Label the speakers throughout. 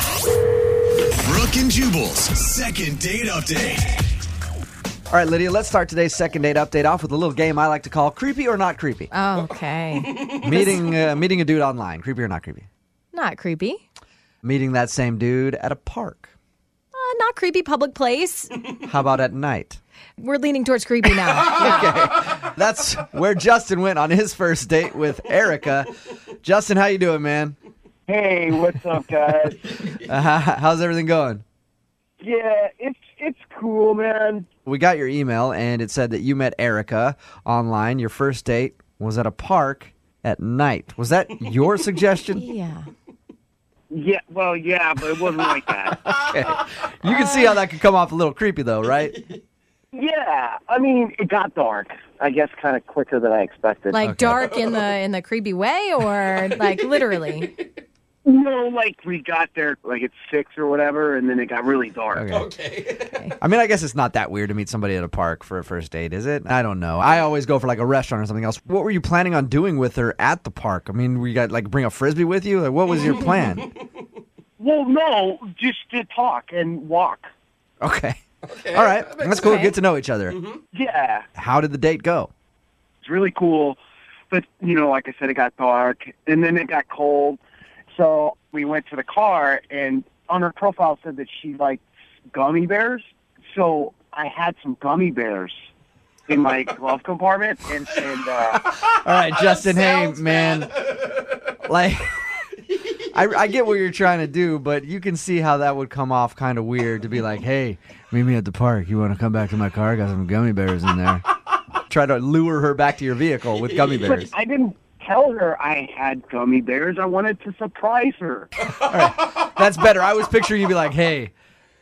Speaker 1: 92.5. Brooke and Jubal's second date update.
Speaker 2: All right, Lydia, let's start today's second date update off with a little game I like to call creepy or not creepy.
Speaker 3: Oh, okay.
Speaker 2: meeting uh, meeting a dude online, creepy or not creepy.
Speaker 3: not creepy.
Speaker 2: Meeting that same dude at a park.
Speaker 3: Uh, not creepy public place.
Speaker 2: How about at night?
Speaker 3: We're leaning towards creepy now.
Speaker 2: That's where Justin went on his first date with Erica. Justin, how you doing, man?
Speaker 4: Hey, what's up, guys?
Speaker 2: Uh, how- how's everything going?
Speaker 4: yeah, it's it's cool, man.
Speaker 2: We got your email and it said that you met Erica online. Your first date was at a park at night. Was that your suggestion?
Speaker 3: yeah.
Speaker 4: Yeah, well, yeah, but it wasn't like that.
Speaker 2: You can see how that could come off a little creepy, though, right?
Speaker 4: yeah, I mean, it got dark. I guess kind of quicker than I expected.
Speaker 3: Like dark in the in the creepy way or like literally.
Speaker 4: no, like we got there like at six or whatever, and then it got really dark.
Speaker 2: Okay. I mean, I guess it's not that weird to meet somebody at a park for a first date, is it? I don't know. I always go for like a restaurant or something else. What were you planning on doing with her at the park? I mean, we got like bring a frisbee with you. Like, what was your plan?
Speaker 4: Well, no, just to talk and walk.
Speaker 2: okay. All right. That's cool. Get to know each other.
Speaker 4: Yeah,
Speaker 2: How did the date go?
Speaker 4: it's really cool. But you know, like I said, it got dark, and then it got cold. So we went to the car, and on her profile said that she liked gummy bears. So I had some gummy bears in my glove compartment, and, and uh,
Speaker 2: All right, Justin. Hey, man. like, I, I get what you're trying to do, but you can see how that would come off kind of weird to be like, hey, meet me at the park. You want to come back to my car? Got some gummy bears in there. Try to lure her back to your vehicle with gummy
Speaker 4: but
Speaker 2: bears.
Speaker 4: I didn't tell her I had gummy bears. I wanted to surprise her.
Speaker 2: That's better. I was picturing you be like, hey,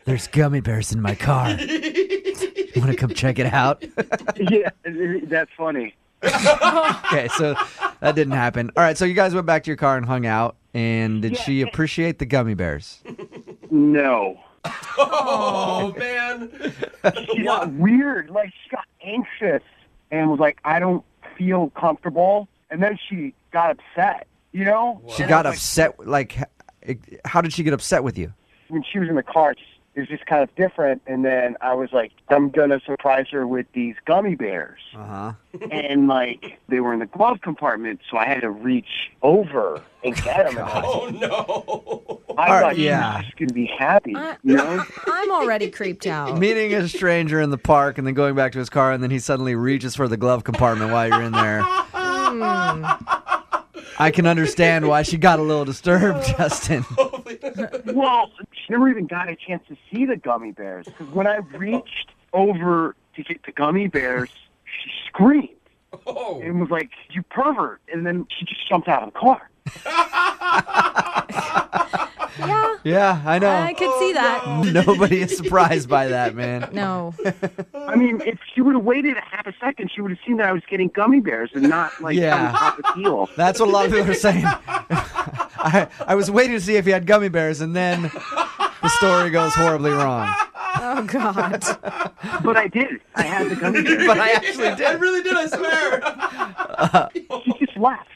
Speaker 2: there's gummy bears in my car. You want to come check it out?
Speaker 4: yeah, that's funny.
Speaker 2: okay, so that didn't happen. All right, so you guys went back to your car and hung out. And did she appreciate the gummy bears?
Speaker 4: No.
Speaker 5: Oh man.
Speaker 4: She got weird. Like she got anxious and was like, I don't feel comfortable. And then she got upset. You know,
Speaker 2: She
Speaker 4: And I
Speaker 2: got
Speaker 4: was
Speaker 2: upset. Like, h- how did she get upset with you?
Speaker 4: Like, when she was in the car, it was just kind of different. And then I was like, I'm gonna surprise her with these gummy bears.
Speaker 2: Uh huh.
Speaker 4: and like they were in the glove compartment, so I had to reach over and get them. And I, I
Speaker 5: Oh no.
Speaker 4: thought
Speaker 2: right,
Speaker 4: she
Speaker 2: yeah.
Speaker 4: was just gonna be happy.
Speaker 3: Uh,
Speaker 4: you know?
Speaker 3: I'm already creeped out.
Speaker 2: Meeting a stranger in the park and then going back to his car, and then he suddenly reaches for the glove compartment while you're in there. I can understand why she got a little disturbed, Justin.
Speaker 4: well, she never even got a chance to see the gummy bears because when I reached over to get the gummy bears, she screamed
Speaker 5: Oh.
Speaker 4: and was like, "You pervert!" And then she just jumped out of the car.
Speaker 3: Yeah.
Speaker 2: Yeah, I know.
Speaker 3: I could see that.
Speaker 2: Nobody is surprised by that, man.
Speaker 3: Oh, No.
Speaker 4: I mean, if she would have waited a half a second, she would have seen that I was getting gummy bears and not like
Speaker 2: Yeah.
Speaker 4: some type of deal.
Speaker 2: That's what a lot of people are saying. I, I was waiting to see if he had gummy bears, and then the story goes horribly wrong.
Speaker 3: Oh God.
Speaker 4: But I did. I had the gummy bears.
Speaker 2: But I actually
Speaker 5: I
Speaker 2: did.
Speaker 5: really did, I swear.
Speaker 4: she just left.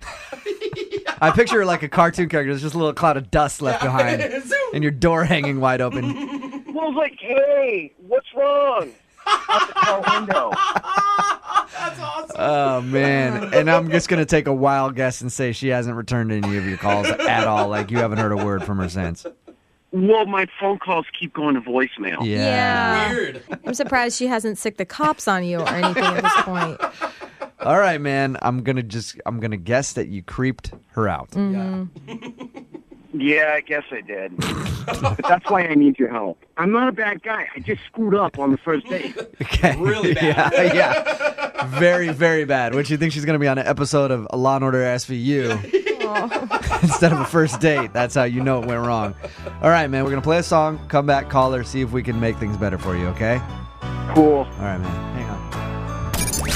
Speaker 2: I picture her like a cartoon character. There's just a little cloud of dust left behind,
Speaker 5: Zoom.
Speaker 2: and your door hanging wide open.
Speaker 4: I was like, "Hey, what's wrong?" Out the car window.
Speaker 2: Oh man! And I'm just gonna take a wild guess and say she hasn't returned any of your calls at all. Like you haven't heard a word from her since.
Speaker 4: Well, my phone calls keep going to voicemail.
Speaker 3: Yeah.
Speaker 5: Weird.
Speaker 2: Uh,
Speaker 3: I'm surprised she hasn't sicked the cops on you or anything at this point.
Speaker 2: All right, man. I'm gonna just I'm gonna guess that you creeped her out.
Speaker 4: Yeah, I guess I did. but that's why I need your help. I'm not a bad guy. I just screwed up on the first date.
Speaker 2: Okay.
Speaker 5: Really bad.
Speaker 2: yeah, yeah. Very very bad. Would you think she's gonna be on an episode of Law and Order SVU instead of a first date? That's how you know it went wrong. All right, man. We're gonna play a song. Come back, call her, see if we can make things better for you. Okay.
Speaker 4: Cool.
Speaker 2: All right, man. Hang on.
Speaker 1: Moving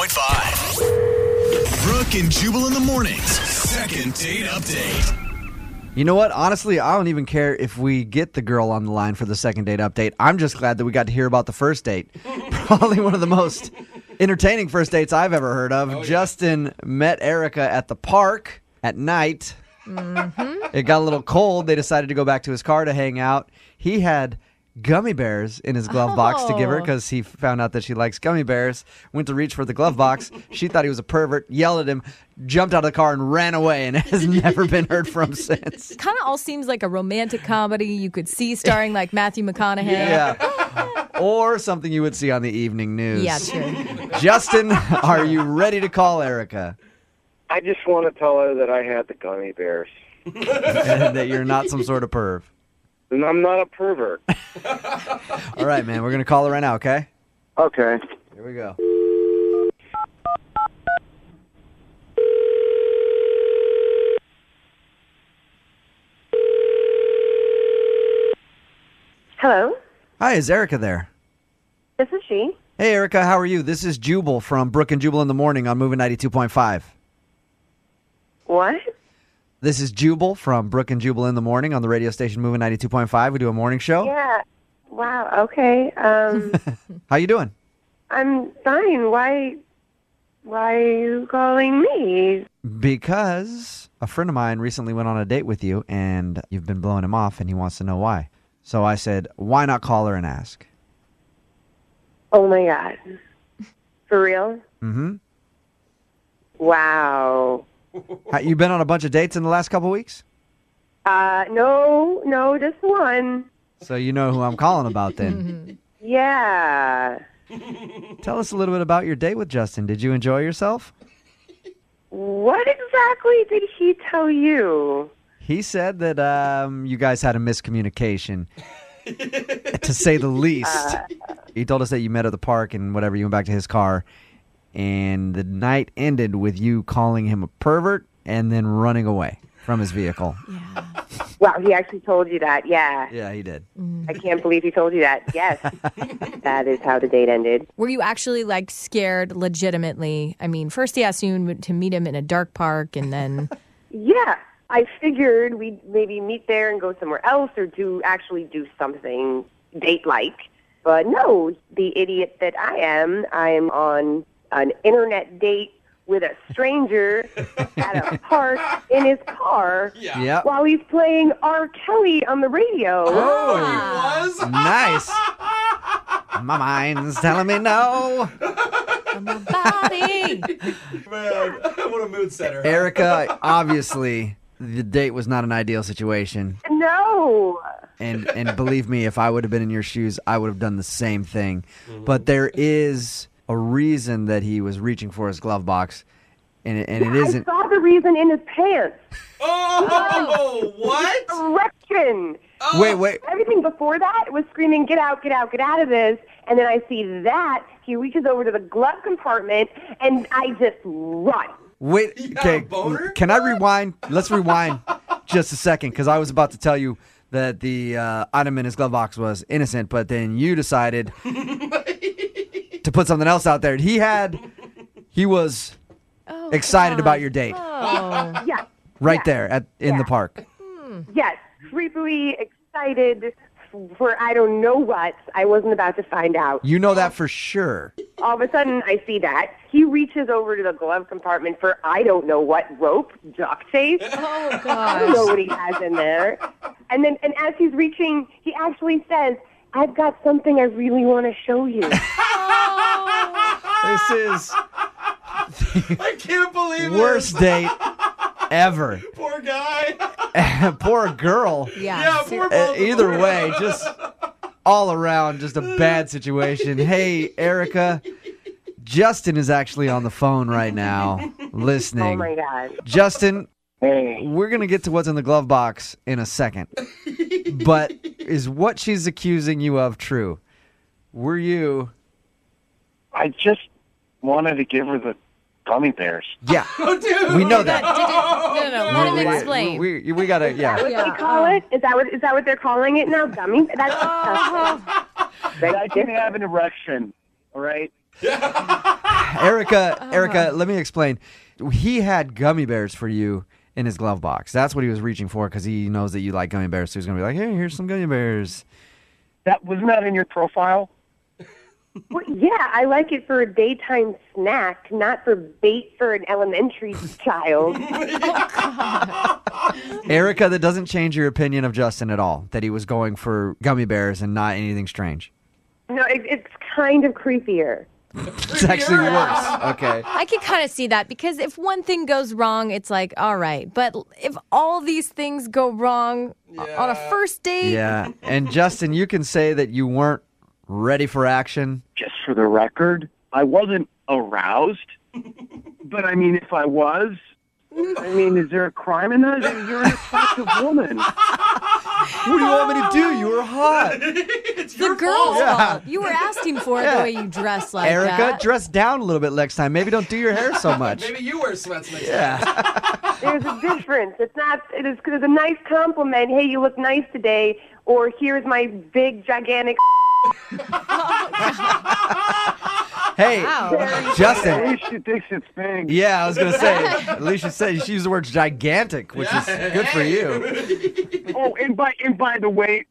Speaker 1: 92.5. Brooke and Jubal in the mornings. Second date update.
Speaker 2: You know what? Honestly, I don't even care if we get the girl on the line for the second date update. I'm just glad that we got to hear about the first date. Probably one of the most entertaining first dates I've ever heard of. Justin met Erica at the park at night. It got a little cold. They decided to go back to his car to hang out. He had gummy bears in his glove box to give her
Speaker 3: Oh.
Speaker 2: because he found out that she likes gummy bears. Went to reach for the glove box. she thought he was a pervert, yelled at him, jumped out of the car, and ran away and has never been heard from since.
Speaker 3: Kind of all seems like a romantic comedy you could see starring like Matthew McConaughey.
Speaker 2: Yeah. Or something you would see on the evening news.
Speaker 3: Yeah, true.
Speaker 2: Justin, are you ready to call Erica?
Speaker 6: I just want to tell her that I had the gummy bears.
Speaker 2: And that you're not some sort of perv.
Speaker 6: And I'm not a pervert.
Speaker 2: All right, man. We're going to call her right now, okay?
Speaker 6: Okay.
Speaker 2: Here we go.
Speaker 7: Hello,
Speaker 2: Hi, is Erica there?
Speaker 7: this is she.
Speaker 2: Hey, Erica, how are you? This is Jubal from Brook and Jubal in the Morning on Moving 92.5.
Speaker 7: What?
Speaker 2: This is Jubal from Brook and Jubal in the Morning on the radio station Moving 92.5. We do a morning show.
Speaker 7: Yeah. Wow. Okay. Um,
Speaker 2: How you doing?
Speaker 7: I'm fine. Why? Why are you calling me?
Speaker 2: Because a friend of mine recently went on a date with you and you've been blowing him off and he wants to know why. So I said, why not call her and ask?
Speaker 7: Oh my god. For real?
Speaker 2: Mhm.
Speaker 7: Wow.
Speaker 2: How, you've been on a bunch of dates in the last couple weeks?
Speaker 7: Uh, no, no, just one.
Speaker 2: So you know who I'm calling about then.
Speaker 7: Yeah.
Speaker 2: Tell us a little bit about your date with Justin. Did you enjoy yourself?
Speaker 7: What exactly did he tell you?
Speaker 2: He said that um, you guys had a miscommunication, to say the least. he told us that you met at the park and whatever, you went back to his car. And the night ended with you calling him a pervert and then running away from his vehicle.
Speaker 7: Wow, he actually told you that. Yeah.
Speaker 2: Yeah, he did.
Speaker 7: I can't believe he told you that. Yes. that is how the date ended.
Speaker 3: Were you actually like scared legitimately? I mean, first he asked you to meet him in a dark park and then
Speaker 7: Yeah, I figured we'd maybe meet there and go somewhere else or do actually do something date like. But no, the idiot that I am, I am on an internet date with a stranger at a park in his car
Speaker 5: Yeah.
Speaker 2: Yep.
Speaker 7: while he's playing R. Kelly on the radio.
Speaker 5: Oh, he was.
Speaker 2: Nice. My mind's telling me no.
Speaker 3: my body.
Speaker 5: Man, what a mood setter.
Speaker 2: Erica, obviously, the date was not an ideal situation.
Speaker 7: No.
Speaker 2: and and believe me, if I would have been in your shoes, I would have done the same thing.
Speaker 5: Mm-hmm.
Speaker 2: But there is a reason that he was reaching for his glove box, and it, and it
Speaker 7: I
Speaker 2: isn't.
Speaker 7: saw the reason in his pants.
Speaker 5: Oh, what?
Speaker 7: Erection.
Speaker 5: Oh.
Speaker 2: Wait, wait.
Speaker 7: Everything before that was screaming, "Get out! Get out! Get out of this!" And then I see that he reaches over to the glove compartment, and I just run.
Speaker 2: Wait,
Speaker 5: You got a
Speaker 2: okay.
Speaker 5: boner?
Speaker 2: Can I rewind? Let's rewind just a second because I was about to tell you that the uh, item in his glove box was innocent, but then you decided to put something else out there. He had, he was
Speaker 3: Oh,
Speaker 2: excited
Speaker 3: God.
Speaker 2: about your date
Speaker 3: Oh.
Speaker 7: Yes,
Speaker 2: right there at in the park.
Speaker 7: yes, creepily excited for I don't know what. I wasn't about to find out.
Speaker 2: You know that for sure.
Speaker 7: All of a sudden, I see that he reaches over to the glove compartment for I don't know what rope, duct tape.
Speaker 3: Oh
Speaker 7: I don't know
Speaker 3: gosh.
Speaker 7: what he has in there. And then, and as he's reaching, he actually says, "I've got something I really want to show you." Oh
Speaker 2: This is.
Speaker 5: I can't believe this.
Speaker 2: worst date ever.
Speaker 5: Poor guy.
Speaker 2: poor girl.
Speaker 3: Yeah.
Speaker 5: Yeah,
Speaker 3: ser-
Speaker 5: poor
Speaker 2: Uh,
Speaker 5: both of
Speaker 2: either
Speaker 5: them.
Speaker 2: way, just all around, just a bad situation. Hey, Erica, Justin is actually on the phone right now, listening.
Speaker 7: Oh my god.
Speaker 2: Justin,
Speaker 6: Hey.
Speaker 2: we're gonna get to what's in the glove box in a second, but is what she's accusing you of true? Were you?
Speaker 6: I just wanted to give her the gummy bears.
Speaker 2: Yeah,
Speaker 5: Oh, dude.
Speaker 2: we know
Speaker 3: That
Speaker 2: that.
Speaker 3: didn't, no, no, no. Let him
Speaker 2: We- we-
Speaker 3: explain.
Speaker 2: We, we, we gotta. Yeah.
Speaker 7: What
Speaker 3: Yeah,
Speaker 7: they call
Speaker 3: um,
Speaker 7: it? Is that what is that what they're calling it now? Gummy? That's
Speaker 4: I didn't have an erection. All right.
Speaker 3: Oh.
Speaker 2: Erica, Erica, let me explain. He had gummy bears for you in his glove box. That's what he was reaching for because he knows that you like gummy bears. So he's gonna be like, "Hey, here's some gummy bears."
Speaker 4: That wasn't that in your profile.
Speaker 7: well, Oh, yeah, I like it for a daytime snack, not for bait for an elementary child.
Speaker 2: Erica, that doesn't change your opinion of Justin at all. That he was going for gummy bears and not anything strange.
Speaker 7: No, it, it's kind of creepier.
Speaker 2: It's actually worse. Okay.
Speaker 3: I could kind of see that because if one thing goes wrong, it's like, all right. But if all these things go wrong on a first date,
Speaker 2: Yeah. And Justin, you can say that you weren't ready for action.
Speaker 4: just for the record, I wasn't aroused. but I mean, if I was, I mean, is there a crime in that? You're an attractive woman.
Speaker 2: What do you want me to do? You were hot.
Speaker 3: it's the girl's
Speaker 2: Yeah.
Speaker 3: fault. You were asking for it the way you dress like
Speaker 2: Erica,
Speaker 3: that.
Speaker 2: dress down a little bit next time. Maybe don't do your hair so much.
Speaker 5: Maybe you wear sweats next
Speaker 2: Yeah.
Speaker 7: There's a difference. It's not. It is it's a nice compliment. Hey, you look nice today. Or here's my big gigantic.
Speaker 2: Hey,
Speaker 3: Wow.
Speaker 2: Justin.
Speaker 4: Alicia Dixon thing.
Speaker 2: Yeah, I was gonna say. Alicia said she used the word gigantic, which is good for you.
Speaker 4: Oh, and by and by the way,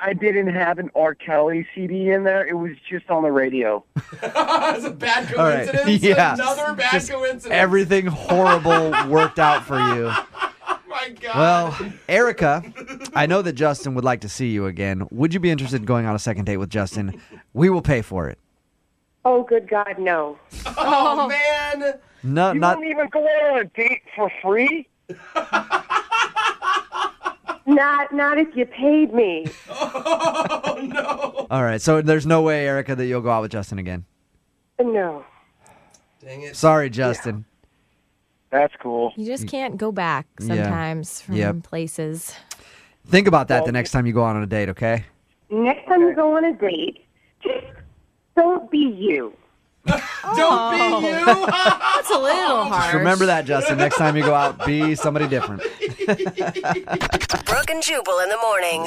Speaker 4: I didn't have an R. Kelly CD in there. It was just on the radio.
Speaker 5: That's a bad
Speaker 2: All right.
Speaker 5: coincidence.
Speaker 2: Yeah.
Speaker 5: Another bad
Speaker 2: Just
Speaker 5: coincidence.
Speaker 2: Everything horrible worked out for you.
Speaker 5: Oh my God.
Speaker 2: Well, Erica, I know that Justin would like to see you again. Would you be interested in going on a second date with Justin? We will pay for it.
Speaker 7: Oh, good God, no.
Speaker 5: oh man.
Speaker 2: No,
Speaker 4: You
Speaker 2: not
Speaker 4: won't even go on a date for free.
Speaker 7: Not not if you paid me.
Speaker 5: Oh no.
Speaker 2: all right. So there's no way, Erica, that you'll go out with Justin again.
Speaker 7: No.
Speaker 5: Dang it.
Speaker 2: Sorry, Justin.
Speaker 4: That's cool.
Speaker 3: you just can't go back sometimes from
Speaker 2: Yep.
Speaker 3: places.
Speaker 2: Think about that the next time you go out on a date, okay?
Speaker 7: Next time you go on a date, just don't be you.
Speaker 5: Don't be
Speaker 2: Oh.
Speaker 5: you.
Speaker 3: That's a little hard.
Speaker 2: Remember that, Justin. Next time you go out, be somebody different.
Speaker 8: Brooke and Jubal in the morning.